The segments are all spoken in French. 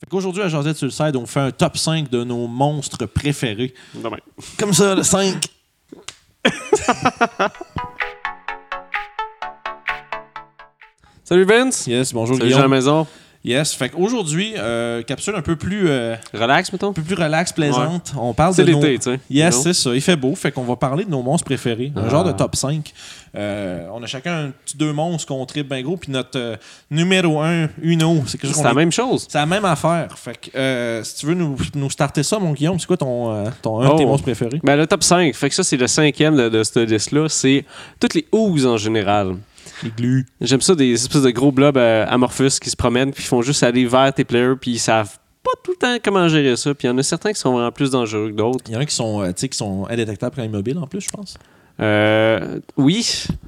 Fait qu'aujourd'hui, à Josette sur le side, on fait un top 5 de nos monstres préférés. Demain. Comme ça, le 5. Salut Vince. Yes, bonjour Salut Jean Guillaume. Maison. Yes, fait qu'aujourd'hui, euh, capsule un peu plus, euh, un Relax, mettons. peu plus relax, plaisante. On parle C'est de nos... l'été, tu sais. Yes, Non? c'est ça. Il fait beau. Fait qu'on va parler de nos monstres préférés. Un Ah. genre de top 5. Euh, on a chacun un petit deux monstres qu'on tripe bien gros. Puis notre euh, numéro 1, Uno, c'est quelque chose C'est qu'on la même chose. C'est la même affaire. Fait que euh, si tu veux nous, nous starter ça, mon Guillaume, c'est quoi ton, euh, ton un de tes Oh. monstres préférés? Ben, le top 5, fait que ça, c'est le cinquième de, de cette liste-là. C'est toutes les oozes en général. Les glues. J'aime ça, des espèces de gros blobs euh, amorphes qui se promènent, puis ils font juste aller vers tes players, puis ils savent pas tout le temps comment gérer ça. Puis il y en a certains qui sont vraiment plus dangereux que d'autres. Il y en a qui sont, euh, tu sais, qui sont indétectables quand immobiles en plus, je pense. Euh, oui,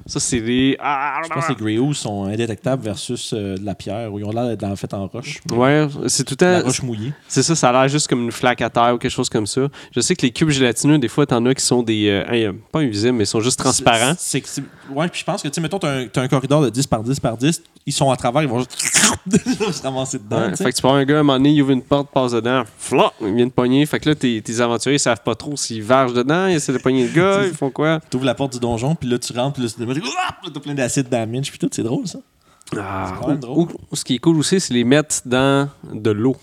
ça, c'est des. Ah, Je pense que les Grey Ooze sont indétectables versus euh, de la pierre, où ils ont l'air d'être en fait en roche. ah. Ouais, c'est tout La le temps. roche mouillée. C'est ça, ça a l'air juste comme une flaque à terre ou quelque chose comme ça. Je sais que les cubes gélatineux, des fois, t'en as qui sont des. euh, hey, euh, pas invisibles, mais ils sont juste transparents. C'est, c'est- c'est- ouais, puis je pense que, tu sais, mettons, t'as un, t'as un corridor de 10 par 10 par 10, ils sont à travers, ils vont juste se ramasser dedans. Ouais, tu sais. fait que tu prends un gars, à un moment donné, il ouvre une porte, passe dedans, flop, il vient de pogner. Fait que là, tes, tes aventuriers, ils savent pas trop s'ils vargent dedans, ils essaient de pogner le gars, ils font quoi. T'ouvres la porte du donjon, puis là, tu rentres, puis là, tu te mets, Ouah! t'as plein d'acide damage, puis tout, c'est drôle, ça. Ah, C'est quand même ou- drôle. ou- ce qui est cool aussi, c'est les mettre dans de l'eau.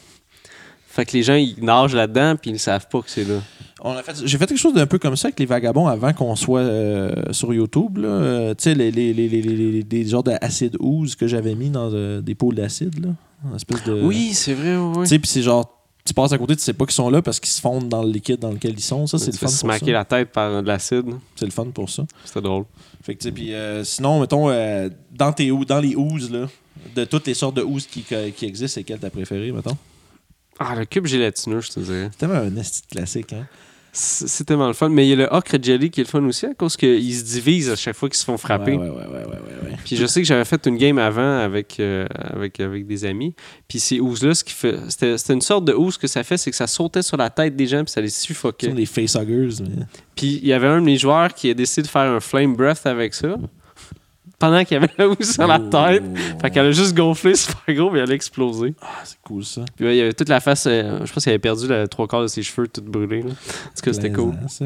Fait que les gens, ils nagent là-dedans, puis ils savent pas que c'est là. On a fait- j'ai fait quelque chose d'un peu comme ça avec les vagabonds avant qu'on soit euh, sur YouTube. là. Euh, tu sais, les, les, les, les, les- les- des genres d'acide ooze que j'avais mis dans euh, des pots d'acide. là. Une espèce de... Oui, c'est vrai, oui. Tu sais, puis c'est genre, tu passes à côté, tu sais pas qu'ils sont là parce qu'ils se fondent dans le liquide dans lequel ils sont. Ça, c'est le fun se pour ça. maquer la tête par de l'acide. hein. C'est le fun pour ça. C'était drôle. Fait que, tu sais, puis euh, sinon, mettons, euh, dans, tes, ou- dans les oozes, là, de toutes les sortes de oozes qui, que- qui existent, c'est quelle t'as préférée, mettons? Ah, le cube gélatineux, je te dirais. C'est tellement un esti de classique, hein? C'est c'est tellement le fun. Mais il y a le ocre jelly qui est le fun aussi, à cause qu'ils se divisent à chaque fois qu'ils se font frapper. Ouais, ouais, ouais, ouais, ouais, ouais, ouais. Puis je sais que j'avais fait une game avant avec, euh, avec, avec des amis. Puis ces housses-là, ce qui fait. C'était c'était une sorte de housse que ça fait, c'est que ça sautait sur la tête des gens, puis ça les Ce sont suffoquait. des facehuggers, mais... Puis il y avait un de mes joueurs qui a décidé de faire un flame breath avec ça. Pendant qu'il y avait la housse sur la Oh. tête. Fait qu'elle a juste gonflé super gros, mais elle a explosé. Ah, c'est cool, ça. Puis ouais, il y avait toute la face. euh, je pense qu'il avait perdu la trois quarts de ses cheveux, tout brûlé. là. En tout cas, c'était cool. Plaisant, ça.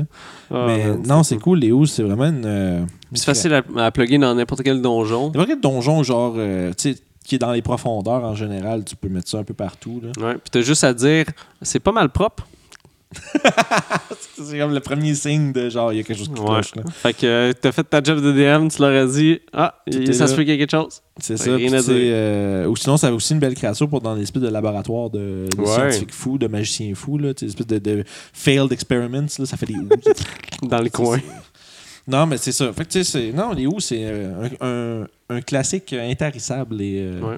Ah, mais man, non, c'est cool. Les housses, c'est vraiment une. euh, Puis C'est facile à, à plugger dans n'importe quel donjon. N'importe quel donjon, genre, euh, tu sais, qui est dans les profondeurs en général, tu peux mettre ça un peu partout. là. Ouais, puis t'as juste à dire, c'est pas mal propre. C'est comme le premier signe de genre, il y a quelque chose qui Ouais. cloche, là. Fait que euh, t'as fait ta job de DM, tu leur as dit, ah, Tout il- est ça là. se peut qu'il y ait quelque chose. C'est Ouais, ça. Ben, rien puis à c'est, dire. euh, ou sinon, ça avait aussi une belle créature pour dans l'espèce de laboratoire de, de Ouais. scientifiques fous, de magiciens fous, là, tu sais, espèce de, de failed experiments, là, ça fait des housses. Dans le coin. non, mais c'est ça. Fait que, tu sais, c'est- non, les housses, c'est euh, un, un- un classique euh, intarissable et. euh, Ouais.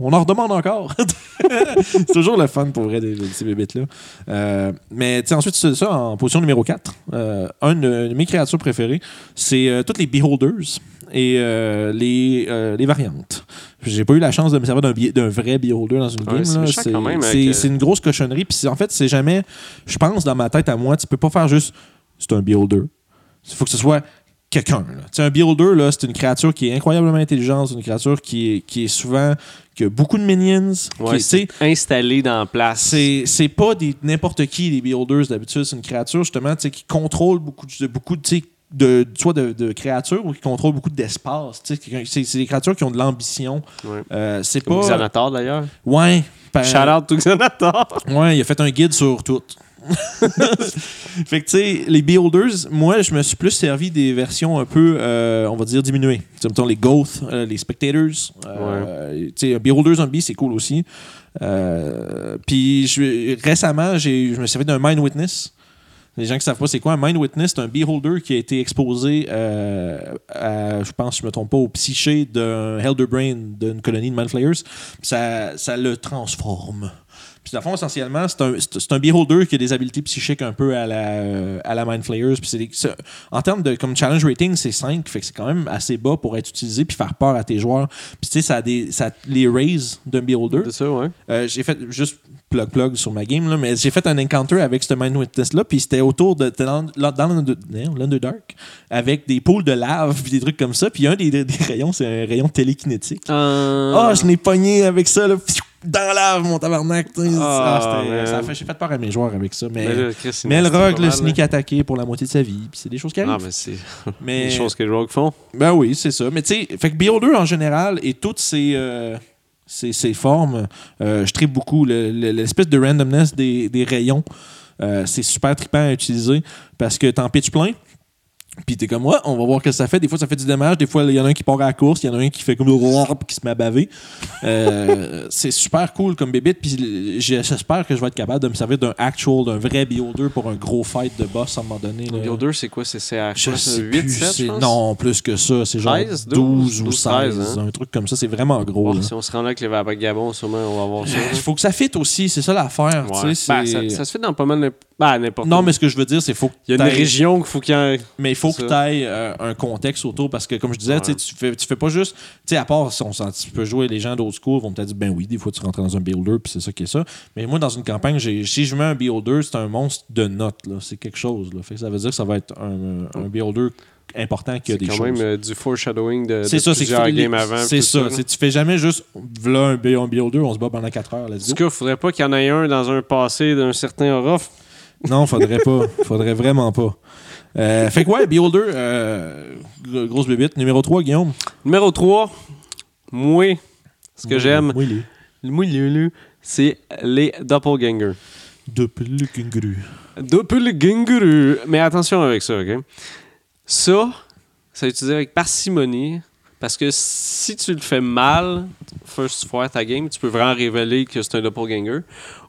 On en redemande encore. c'est toujours le fun pour vrai, des- des- ces bébites-là. Euh, mais tu sais, ensuite, c'est ça en position numéro 4. Euh, un de, de mes créatures préférées, c'est euh, toutes les beholders et euh, les, euh, les variantes. J'ai pas eu la chance de me servir d'un, bi- d'un vrai beholder dans une Ouais, game. c'est là. méchant quand même avec, c'est- euh, c'est une grosse cochonnerie. Puis c'est- en fait, c'est jamais. Je pense dans ma tête à moi, tu peux pas faire juste c'est un beholder. Il faut que ce soit quelqu'un. là. Tu sais, un builder, là, c'est une créature qui est incroyablement intelligente, c'est une créature qui est, qui est souvent qui a beaucoup de minions. qui Ouais, est- tu sais, Installé dans la place. c'est c'est pas des n'importe qui les builders d'habitude, c'est une créature justement tu sais, qui contrôle beaucoup de beaucoup de, tu sais, de soit de, de créatures ou qui contrôle beaucoup d'espace. Tu sais, quelqu'un- C'est c'est des créatures qui ont de l'ambition. Ouais. Euh, c'est Ou pas Xanator d'ailleurs. ouais. par- Shout out to Xanator. Ouais, il a fait un guide sur tout. fait que, tu sais, les Builders, moi, je me suis plus servi des versions un peu, euh, on va dire, diminuées. Tu sais, mettons les Goths, euh, les Spectators. euh, Tu sais, Beholder Zombie, c'est cool aussi. Euh, Puis je- récemment, j'ai- je me suis servi d'un Mind Witness. Les gens qui savent pas c'est quoi un Mind Witness, c'est un Beholder qui a été exposé, euh, à, je pense, je me trompe pas, au psyché d'un Helderbrain d'une colonie de Mind Flayers. Puis Ça, ça le transforme. Puis, dans le fond, essentiellement, c'est un, c'est c'est un beholder qui a des habiletés psychiques un peu à la, euh, à la Mind Flayers. Puis c'est des- c'est- en termes de comme challenge rating, c'est 5. Fait que c'est quand même assez bas pour être utilisé puis faire peur à tes joueurs. Puis, tu sais, ça a des, ça a les raises d'un beholder. C'est ça, ouais. Euh, j'ai fait juste plug plug sur ma game là, mais j'ai fait un encounter avec ce Mind Witness là, puis c'était autour de c'était dans, là- dans l'Under- non, l'Underdark avec des poules de lave puis des trucs Euh, Ah. comme ça, puis un des, des rayons c'est un rayon télékinétique. Ah, je l'ai Ah, pogné avec ça là. Pfiou! dans lave, mon tabarnak. tu sais. Ah, Ah, c'était- man. ça a fait- J'ai fait peur à mes joueurs avec ça. Mais, Mais Ben, là, Chris, il mais le reste pas Rogue, le mal, sneak là. attaqué pour la moitié de sa vie. Puis c'est des choses qui arrivent. Ah, mais c'est mais... des choses que les Rogue font. Ben oui, c'est ça. Mais tu sais, fait que BO2 en général et toutes ces, euh, ces, ces formes, euh, je tripe beaucoup. Le- le- L'espèce de randomness des, des rayons, euh, c'est super trippant à utiliser parce que t'en pitches plein. Puis t'es comme, ouais, on va voir ce que ça fait. Des fois, ça fait du dommage. Des fois, il y en a un qui part à la course. Il y en a un qui fait comme Rrrr qui se met à baver. Euh, c'est super cool comme bébite. Puis j'espère que je vais être capable de me servir d'un actual, d'un vrai BO2 pour un gros fight de boss à un moment donné. là. Bio 2, c'est quoi C'est c'est à Je quoi, sais c'est plus, 8, 7 c'est- je pense? Non, plus que ça. C'est genre 16, 12, ou 12, 16. hein. Un truc comme ça. C'est vraiment gros. Oh, là. si on se rend là avec les vagabonds, sûrement, on va avoir ça. Il faut que ça fitte aussi. C'est ça l'affaire. tu sais, Ouais. c'est- Ben, ça, ça se fait dans pas mal n'importe ben, n'importe non, où. mais ce que je veux dire, c'est faut que Il y a une t'ailles- région qu'il faut qu'il y ait. Mais il faut C'est que tu ça. ailles un contexte autour parce que, comme je disais, Ouais. tu sais, tu fais, tu fais pas juste. Tu sais, à part, si on s'en- tu peux jouer les gens d'autres cours vont peut-être dire, ben oui, des fois tu rentres dans un builder, puis c'est ça qui est ça. Mais moi, dans une campagne, j'ai- si je mets un builder, c'est un monstre de notes. là. C'est quelque chose. là. Fait que ça veut dire que ça va être un, un builder important qui a C'est des quand choses. même euh, du foreshadowing de, C'est de ça, c'est que plusieurs tu- games avant. C'est tout ça. là. c'est- Tu fais jamais juste v'là un B1, BO2, on se bat pendant 4 heures, En let's tout go. cas, faudrait pas qu'il y en ait un dans un passé d'un certain Orof. Non, faudrait pas. Faudrait vraiment pas. Euh, fait que ouais, BO2, euh, gr- grosse bébite. Numéro 3, Guillaume. Numéro 3, moi, ce que Oui, j'aime, Oui, les moi, Lulu, c'est les doppelgangers. deux plus kangourous. Doppelganger. Mais attention avec ça, OK? Ça, ça à utiliser avec parcimonie. Parce que si tu le fais mal, first tu foires ta game, tu peux vraiment révéler que c'est un doppelganger.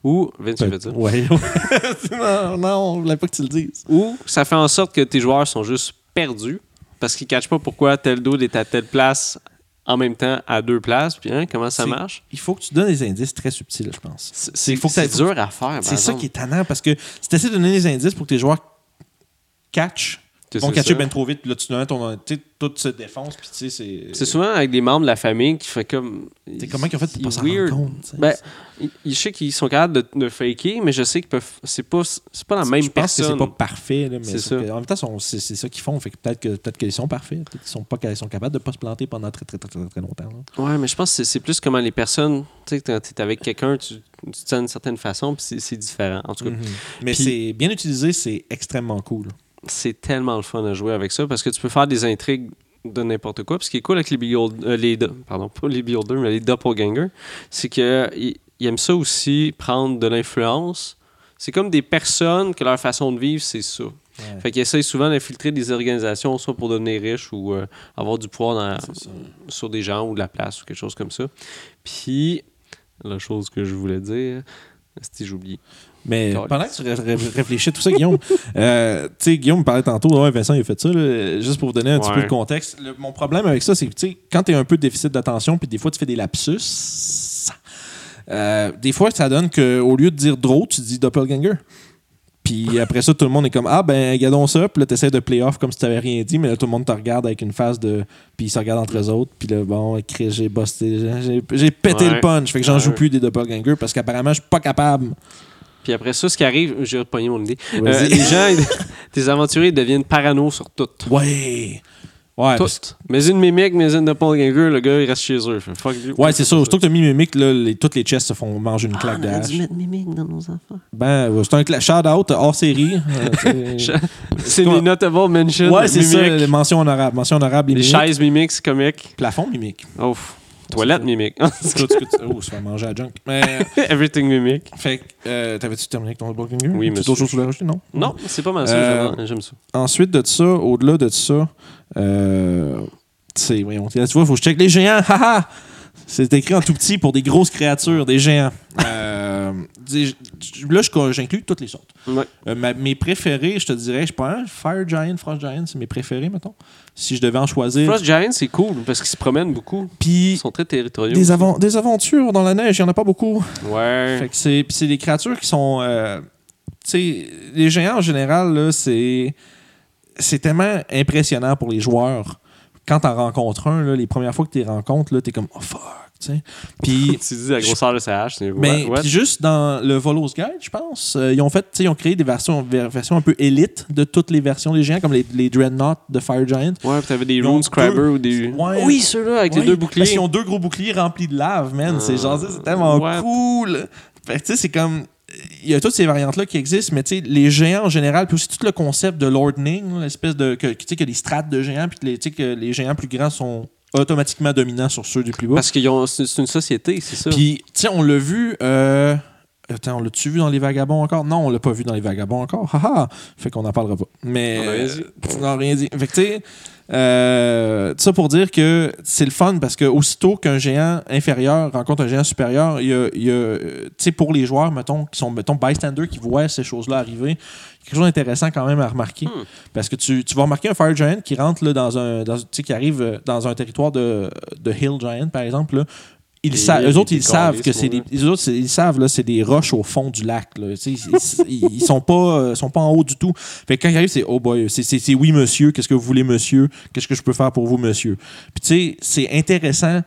Ou, Vince, Ben, j'ai fait ça. Ouais. non, non, on voulait pas que tu le dises. Ou ça fait en sorte que tes joueurs sont juste perdus parce qu'ils ne cachent pas pourquoi tel dude est à telle place en même temps à deux places. Puis hein, comment ça C'est- marche? Il faut que tu donnes des indices très subtils, je pense. C'est- C'est faut que ça- c'est dur à faire. par C'est ça exemple. qui est tannant parce que si tu essaies de donner des indices pour que tes joueurs catch, Tu ils vont sais catcher ça. bien trop vite, puis là tu donnes ton. Tu sais, toute cette défense, puis tu sais, c'est. C'est souvent avec des membres de la famille qui fait comme. T'sais, comment ils ont fait pour pas s'en weird. rendre compte? t'sais? Ben, il- il- je sais qu'ils sont capables de, de faker, mais je sais que peuvent. C'est pas, c'est pas la même je pense personne. que c'est pas parfait, là, mais C'est sauf ça. que, en même temps, sont- c'est c'est ça qu'ils font. Fait que peut-être que peut-être qu'ils sont parfaits. Peut-être qu'ils sont pas qu'ils sont capables de pas se planter pendant très très très très, très longtemps. là. Ouais, mais je pense que c'est- c'est plus comment les personnes. Tu sais, quand t'es avec quelqu'un, tu, tu te sens d'une certaine façon, puis c'est- c'est différent. En tout cas, Mais Puis- c'est bien utilisé, c'est extrêmement cool. c'est tellement le fun à jouer avec ça parce que tu peux faire des intrigues de n'importe quoi. Puis ce qui est cool avec les build, euh, les do- pardon, pas les builders, mais les doppelgangers, c'est qu'ils aiment ça aussi prendre de l'influence. C'est comme des personnes que leur façon de vivre, c'est ça. Ouais. Fait qu'ils essayent souvent d'infiltrer des organisations, soit pour devenir riches ou euh, avoir du pouvoir dans- C'est ça. sur des gens ou de la place ou quelque chose comme ça. Puis, la chose que je voulais dire, c'est j'ai oublié. Mais Caliste. pendant que tu ré- ré- réfléchis à tout ça, Guillaume, euh, tu sais, Guillaume me parlait tantôt, ouais, Vincent, il a fait ça, là, juste pour vous donner un petit Ouais. peu de contexte. Le- mon problème avec ça, c'est que, tu sais, quand tu as un peu de déficit d'attention, puis des fois, tu fais des lapsus, euh, des fois, ça donne qu'au lieu de dire drôle, tu dis doppelganger. Puis après ça, tout le monde est comme Ah, ben, regardons ça. Puis là, t'essaies de play off comme si t'avais rien dit, mais là, tout le monde te regarde avec une face de. Puis ils se regardent entre eux autres. Puis là, bon, Chris, j'ai busté, j'ai- j'ai pété Ouais. le punch. Fait que j'en Ouais. joue plus des doppelgangers parce qu'apparemment, je suis pas capable. Puis après ça, ce qui arrive, j'ai repogné mon idée. Euh, Vas-y. les gens, ils- tes aventuriers ils deviennent parano sur tout. Ouais. Ouais. Tout. parce- Mais une mimique, mais une de Paul Ganger, le gars, il reste chez eux. Fait, fuck you. Ouais, c'est ça. Surtout que t'as mis Mimic, là, les, toutes les chests se font manger une claque de hache. mettre mimique dans nos enfants. Ben, ouais, c'est un cla- shout-out hors série. Euh, c'est- C'est quoi? les notable mentions. ouais, c'est ça, les Mimique. mentions honorables. Mentions honorables, les, Les Mimic. chaises mimiques, c'est comique. Plafond Mimic. Ouf. Toilette ça. mimique. C'est tout ce que tu- oh, ça va manger à junk. Mais, euh, Everything mimique. fait que, euh, t'avais-tu terminé avec ton Walking Girl? Oui, T'as monsieur. d'autres choses à rajouter, non? Non, c'est pas mal ça. Euh, j'aime- J'aime ça. Ensuite de ça, au-delà de ça, euh, c'est, voyons, là, tu vois, faut que je check les géants, haha! C'est écrit en tout petit pour des grosses créatures, des géants. Euh, des- là, je- j'inclus toutes les sortes. Ouais. Euh, ma- mes préférés, je te dirais, je pense, Fire Giant, Frost Giant, c'est mes préférés, mettons. Si je devais en choisir. Frost Giant, c'est cool parce qu'ils se promènent beaucoup. Ils Puis, sont très territoriaux. des, avan- des aventures dans la neige, il n'y en a pas beaucoup. Fait Ouais. que c'est puis c'est des créatures qui sont euh, tu sais les géants en général là, c'est c'est tellement impressionnant pour les joueurs quand t'en rencontres un là, les premières fois que tu les rencontres là t'es comme oh fuck t'sais. Puis tu dis la grosseur de sa hache, c'est Mais what- what? puis juste dans le Volos Guide, je pense, euh, ils ont fait, tu sais, ils ont créé des versions, ver- versions un peu élites de toutes les versions des géants, comme les, les Dreadnought de Fire Giant. Ouais, puis t'avais des Ils ont Rune Scriber deux- ou des. Ouais. Oui, ceux-là, avec Ouais, les deux Parce boucliers. qu'ils ont deux gros boucliers remplis de lave, man. Ah. c'est genre, c'est tellement Ouais. cool. Fait que, tu sais, c'est comme. Il y a toutes ces variantes-là qui existent, mais tu sais, les géants en général, puis aussi tout le concept de l'ordning, là, l'espèce de. que- que, Tu sais, que les strates de géants, puis que les, tu sais, que les géants plus grands sont automatiquement dominants sur ceux du plus bas. Parce qu'ils ont. C'est c'est une société, c'est ça. Puis, tu sais, on l'a vu. euh, Attends, on l'a-tu vu dans Les Vagabonds encore? Non, on l'a pas vu dans Les Vagabonds encore. Haha! Fait qu'on n'en parlera pas. Mais. On a rien dit. pff, on a rien dit. Fait que, tu sais, euh, tout ça pour dire que c'est le fun parce que aussitôt qu'un géant inférieur rencontre un géant supérieur, il y a. il y a, euh, tu sais, pour les joueurs, mettons, qui sont, mettons, bystanders, qui voient ces choses-là arriver, quelque chose d'intéressant quand même à remarquer. Hmm. Parce que tu, tu vas remarquer un Fire Giant qui rentre là, dans un. dans- tu sais, qui arrive euh, dans un territoire de, de Hill Giant, par exemple. là. Ils Et sa- il eux autres, est ils savent décalé, que ce c'est des. monde-là. les autres, c'est- ils savent, là, c'est des roches au fond du lac. là. Tu sais, Ils, ils- ils sont pas, euh, sont pas en haut du tout. Fait que quand ils arrivent, c'est oh boy, c'est- c'est c'est oui, monsieur, qu'est-ce que vous voulez, monsieur? Qu'est-ce que je peux faire pour vous, monsieur? Puis tu sais, c'est intéressant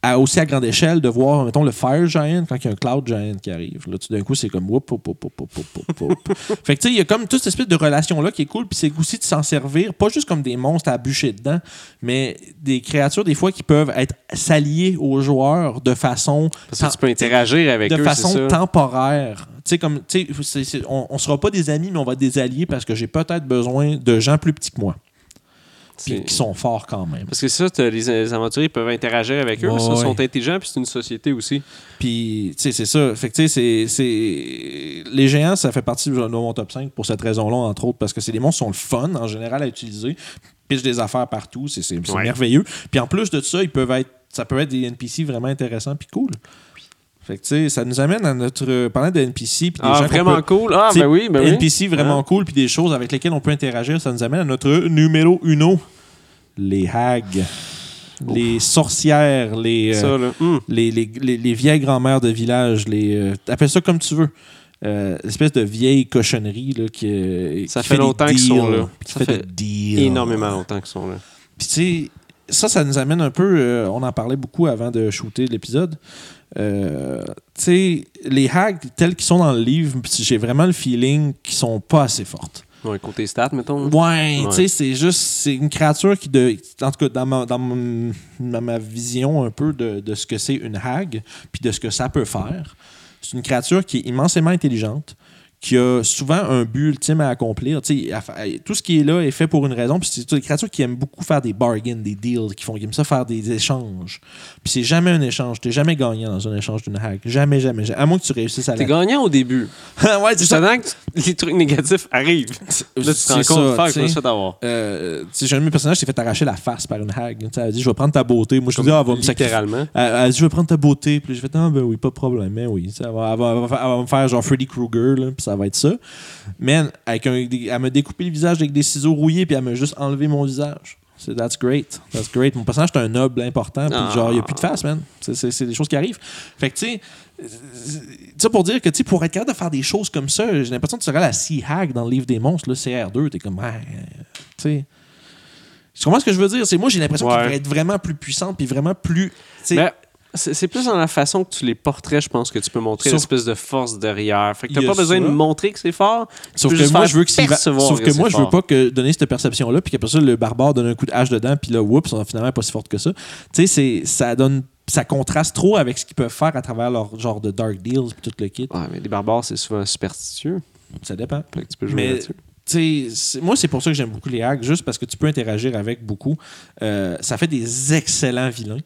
à, aussi à grande échelle de voir, mettons, le Fire Giant quand il y a un Cloud Giant qui arrive. Là, tout d'un coup, c'est comme whoop, whoop, whoop, whoop, whoop, whoop, whoop. Fait que tu sais, il y a comme toute cette espèce de relation-là qui est cool, puis c'est aussi de s'en servir, pas juste comme des monstres à bûcher dedans, mais des créatures, des fois, qui peuvent être s'allier aux joueurs de façon Parce que tu peux interagir avec de eux. c'est façon ça. temporaire. Tu sais, comme, tu sais, c'est- c'est- on, on sera pas des amis, mais on va être des alliés parce que j'ai peut-être besoin de gens plus petits que moi, puis C'est- qui sont forts quand même. Parce que ça, t'as- les, les aventuriers peuvent interagir avec eux. Ouais, ça, ouais. sont intelligents, puis c'est une société aussi. Puis, tu sais, c'est ça. Fait que, tu sais, c'est- c'est. Les géants, ça fait partie de mon top 5 pour cette raison-là, entre autres, parce que c'est des monstres qui sont le fun, en général, à utiliser. Pitchent des affaires partout, c'est c'est- c'est Ouais. merveilleux. Puis en plus de ça, ils peuvent être. Ça peut être des NPC vraiment intéressants, puis cool. Fait que, tu sais, ça nous amène à notre. euh, Parlant de NPC, puis des gens Ah, qu'on vraiment peut- cool. Ah, T'sais, ben oui, ben oui. NPC vraiment cool, puis des choses avec lesquelles on peut interagir. Ça nous amène à notre numéro uno les hags, les sorcières, les. euh, Ça, là. Hum. les, les, les- les vieilles grand-mères de village, les euh, appelle ça comme tu veux. Euh, espèce de vieille cochonnerie là, qui, euh, Ça qui fait des longtemps qu'ils deals, sont là. qui Ça fait, fait des deals. Énormément longtemps qu'ils sont là. Puis tu sais, ça, ça nous amène un peu. euh, on en parlait beaucoup avant de shooter l'épisode. Euh, tu sais, les hacks tels qu'ils sont dans le livre, puis j'ai vraiment le feeling qu'ils sont pas assez fortes. Ouais, côté stats, mettons. là. Ouais, Ouais. tu sais, c'est juste, c'est une créature qui, de, en tout cas, dans ma, dans mon- dans ma vision un peu de, de ce que c'est une hag, puis de ce que ça peut faire, c'est une créature qui est immensément intelligente, qui a souvent un but ultime à accomplir. Tu sais, elle fa- elle- tout ce qui est là est fait pour une raison, puis c'est une créature qui aime beaucoup faire des bargains, des deals, qui font, qui aiment ça faire des échanges. Puis c'est jamais un échange, t'es jamais gagnant dans un échange d'une hag. Jamais, jamais, jamais. À moins que tu réussisses à la... T'es gagnant au début. ouais, c'est C'est ça. pendant que les trucs négatifs arrivent. Là, tu te rends C'est ça, compte, fuck, tu sais. je vais se d'avoir. Euh, tu sais, j'ai un de mes personnages qui s'est fait arracher la face par une hag. Tu sais, Elle a dit Je vais prendre ta beauté. Moi, je lui dis Ah, elle va me sacrifier. Littéralement. Elle, elle a dit Je vais prendre ta beauté. Puis j'ai fait Ah, ben oui, pas de problème. Mais oui, Tu sais, elle va, elle va- elle va faire- elle va me faire genre Freddy Krueger, là, puis ça va être ça. Man, avec un, des- elle m'a découpé le visage avec des ciseaux rouillés, puis elle m'a juste enlevé mon visage. C'est that's great. That's great. Mon personnage, c'est un noble important, puis Ah. genre, il n'y a plus de face, man. C'est- C'est c'est des choses qui arrivent. Fait que, tu sais, ça pour dire que tu sais, pour être capable de faire des choses comme ça, j'ai l'impression que tu serais la Sea Hag dans le livre des monstres, le CR2, t'es comme Ouais, euh, tu sais. Tu comprends ce que je veux dire? C'est moi j'ai l'impression Ouais. qu'il pourrait être vraiment plus puissante puis vraiment plus. tu sais, Ben, c'est c'est plus dans la façon que tu les portrais, je pense, que tu peux montrer Sauf- l'espèce de force derrière. Fait que Il t'as y a pas besoin ça. de montrer que c'est fort. tu sauf peux que juste moi faire je veux que, s'il va- percevoir sauf que que moi c'est je veux fort. pas que donner cette perception là puis qu'après ça le barbare donne un coup de hache dedans puis là oups, on est finalement pas si forte que ça. Tu sais c'est ça donne ça contraste trop avec ce qu'ils peuvent faire à travers leur genre de dark deals puis tout le kit. Ouais, mais les barbares, c'est souvent superstitieux. Ça dépend. Fait que tu peux jouer Mais là-dessus. tu sais, c'est- moi, c'est pour ça que j'aime beaucoup les hacks, juste parce que tu peux interagir avec beaucoup. Euh, ça fait des excellents vilains.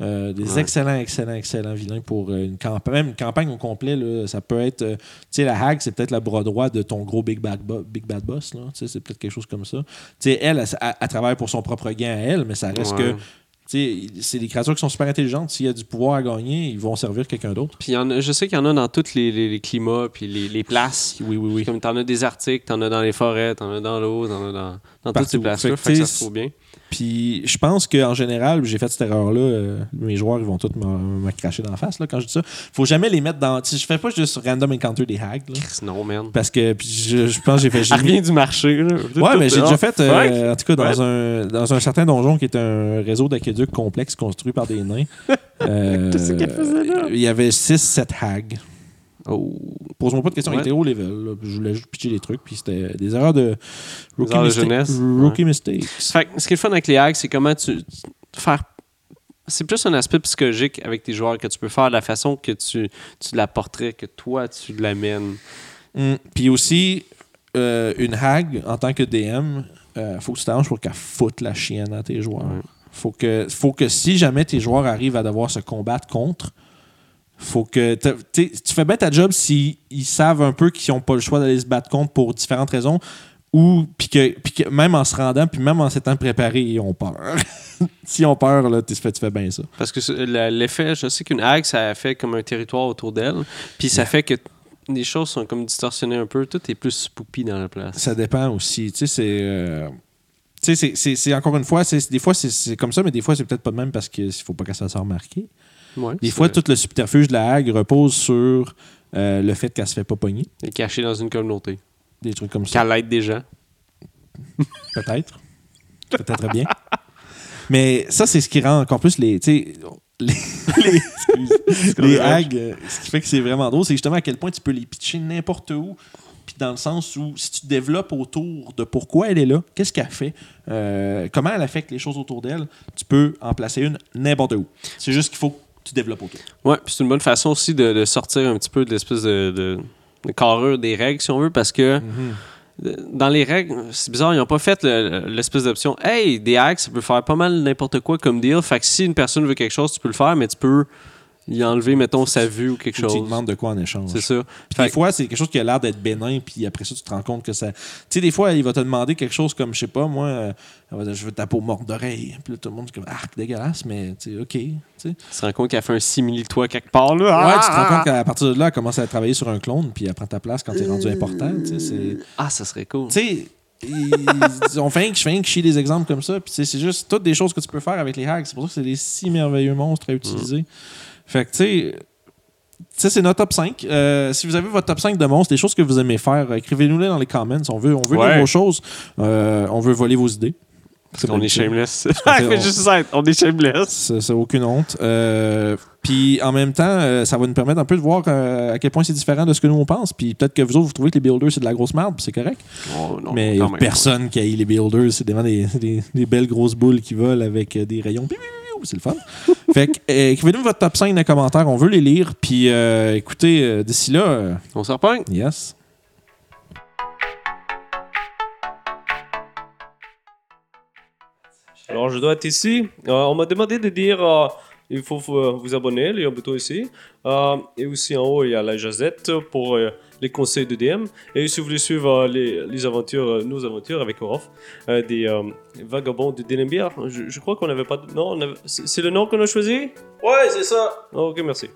Euh, des Ouais. excellents, excellents, excellents vilains pour euh, une campagne. Même une campagne au complet, là, ça peut être. euh, tu sais, la hack, c'est peut-être le bras droit de ton gros Big Bad, Bo- Big Bad Boss. là. Tu sais, C'est peut-être quelque chose comme ça. Tu sais, elle, elle, elle, elle travaille pour son propre gain à elle, mais ça reste que. Ouais. tu sais, C'est des créatures qui sont super intelligentes. S'il y a du pouvoir à gagner, ils vont servir quelqu'un d'autre. Puis il y en a- je sais qu'il y en a dans tous les, les- les climats, puis les, les places. Oui, oui, oui. Comme t'en as des arctiques, t'en as dans les forêts, t'en as dans l'eau, t'en as dans, dans toutes Partout. ces places-là. Fait Fait, que que t'sais, ça se trouve bien. Puis je pense qu'en général, j'ai fait cette erreur-là. euh, mes joueurs, ils vont tous me- me cracher dans la face là, quand je dis ça. Faut jamais les mettre dans. tu sais, Je fais pas juste random encounter des hacks. là. Chris, non, man. parce que puis je, je pense que j'ai fait. j'ai Elle mis- revient Ah, du marché. Là. Ouais, mais j'ai déjà fait, euh, Ouais. en tout cas, dans, un, dans un certain donjon qui est un réseau d'aqueducs complexe construit par des nains. euh, Qu'est-ce qu'elle faisait là? il y avait 6-7 hags. Oh. Pose-moi pas de questions, il Ouais. était haut level. là, puis je voulais juste pitcher des trucs, puis c'était des erreurs de rookie, erreurs de mistake- jeunesse, rookie mistakes. Fait que ce qui est le fun avec les hacks, c'est comment tu. tu- faire C'est plus un aspect psychologique avec tes joueurs que tu peux faire, la façon que tu, tu la porterais, que toi tu l'amènes. Mm. Puis aussi, euh, une hag, en tant que DM, euh, faut que tu t'arranges pour qu'elle foute la chienne à tes joueurs. Ouais. Faut, que, faut que si jamais tes joueurs arrivent à devoir se combattre contre, faut que. t'a- t'sais, Tu fais bien ta job s'ils ils savent un peu qu'ils n'ont pas le choix d'aller se battre contre pour différentes raisons. Ou, puis que, puis que même en se rendant, puis même en s'étant préparé, ils ont peur. S'ils ont peur, là, tu fais, tu fais bien ça. Parce que ce- la- l'effet, je sais qu'une hague, ça fait comme un territoire autour d'elle, puis ça fait que les choses sont comme distorsionnées un peu, tout est plus spooky dans la place. Ça dépend aussi. Tu sais, c'est. euh, tu sais, c'est- c'est- c'est encore une fois, c'est- des fois c'est- c'est comme ça, mais des fois c'est peut-être pas de même parce qu'il faut pas qu'elle se fasse remarquer. Ouais, Des c'est- fois, tout le subterfuge de la Hague repose sur euh, le fait qu'elle se fait pas pogner. est caché dans une communauté. Des trucs comme ça. Qu'elle aide des gens. Peut-être. Peut-être bien. Mais ça, c'est ce qui rend encore plus les. tu sais, Les, les, excuse, les hags, euh, ce qui fait que c'est vraiment drôle, c'est justement à quel point tu peux les pitcher n'importe où, puis dans le sens où si tu développes autour de pourquoi elle est là, qu'est-ce qu'elle fait, euh, comment elle affecte les choses autour d'elle, tu peux en placer une n'importe où. C'est juste qu'il faut que tu développes autour. Ouais, puis c'est une bonne façon aussi de, de sortir un petit peu de l'espèce de, de, de carrure des règles, si on veut, parce que Mhm. euh, dans les règles, c'est bizarre, ils n'ont pas fait le- l'espèce d'option Hey, des hacks, ça peut faire pas mal n'importe quoi comme deal. Fait que si une personne veut quelque chose, tu peux le faire, mais tu peux y enlever, mettons, sa vue ou quelque Puis Tu lui chose. demandes de quoi en échange. C'est ça. Puis des Fait- fois, c'est quelque chose qui a l'air d'être bénin, puis après ça, tu te rends compte que ça. Tu sais, des fois, il va te demander quelque chose comme, je sais pas, moi, euh, elle va dire, je veux ta peau morte d'oreille. Puis là, tout le monde est comme, arc dégueulasse, mais tu sais, OK. tu sais. Tu te rends compte qu'elle fait un simili de toi quelque part, là. ouais, Ah, tu te ah, rends ah. compte qu'à partir de là, elle commence à travailler sur un clone, puis elle prend ta place quand t'es rendu important. Tu sais, c'est- Ah, ça serait cool. tu sais, ils- on fait que je fais que je chie des exemples comme ça, puis tu sais, c'est juste toutes des choses que tu peux faire avec les hacks. C'est pour ça que c'est des si merveilleux monstres à utiliser. Mm. Fait que tu sais. Ça, c'est notre top 5. Euh, si vous avez votre top 5 de monstres, des choses que vous aimez faire, écrivez-nous-les dans les comments. On veut, on veut Ouais. lire vos choses. Euh, on veut voler vos idées. Parce qu'on est shameless. qu'on fait- Fais juste ça, on est shameless. C'est c'est aucune honte. Euh, puis en même temps, euh, ça va nous permettre un peu de voir euh, à quel point c'est différent de ce que nous on pense. Puis peut-être que vous autres, vous trouvez que les builders, c'est de la grosse merde, puis c'est correct. Oh, non, Mais il quand a même. personne qui haït les builders. C'est vraiment des, des- des belles grosses boules qui volent avec euh, des rayons. Piou, piou, piou, C'est le fun. fait que, euh, écrivez-nous votre top 5 de commentaires. On veut les lire. Puis euh, écoutez, euh, d'ici là, euh, On se reprend. yes. Alors, je dois être ici. Euh, on m'a demandé de dire euh, il faut vous vous abonner, il y a un bouton ici. Euh, et aussi en haut, il y a la jazette pour euh, les conseils de DM. Et si vous voulez suivre euh, les, les aventures, euh, nos aventures avec Orof, euh, des euh, vagabonds de Denimbière, je, je crois qu'on n'avait pas de. Non, on avait- c'est c'est le nom qu'on a choisi Ouais, c'est ça. Ok, merci.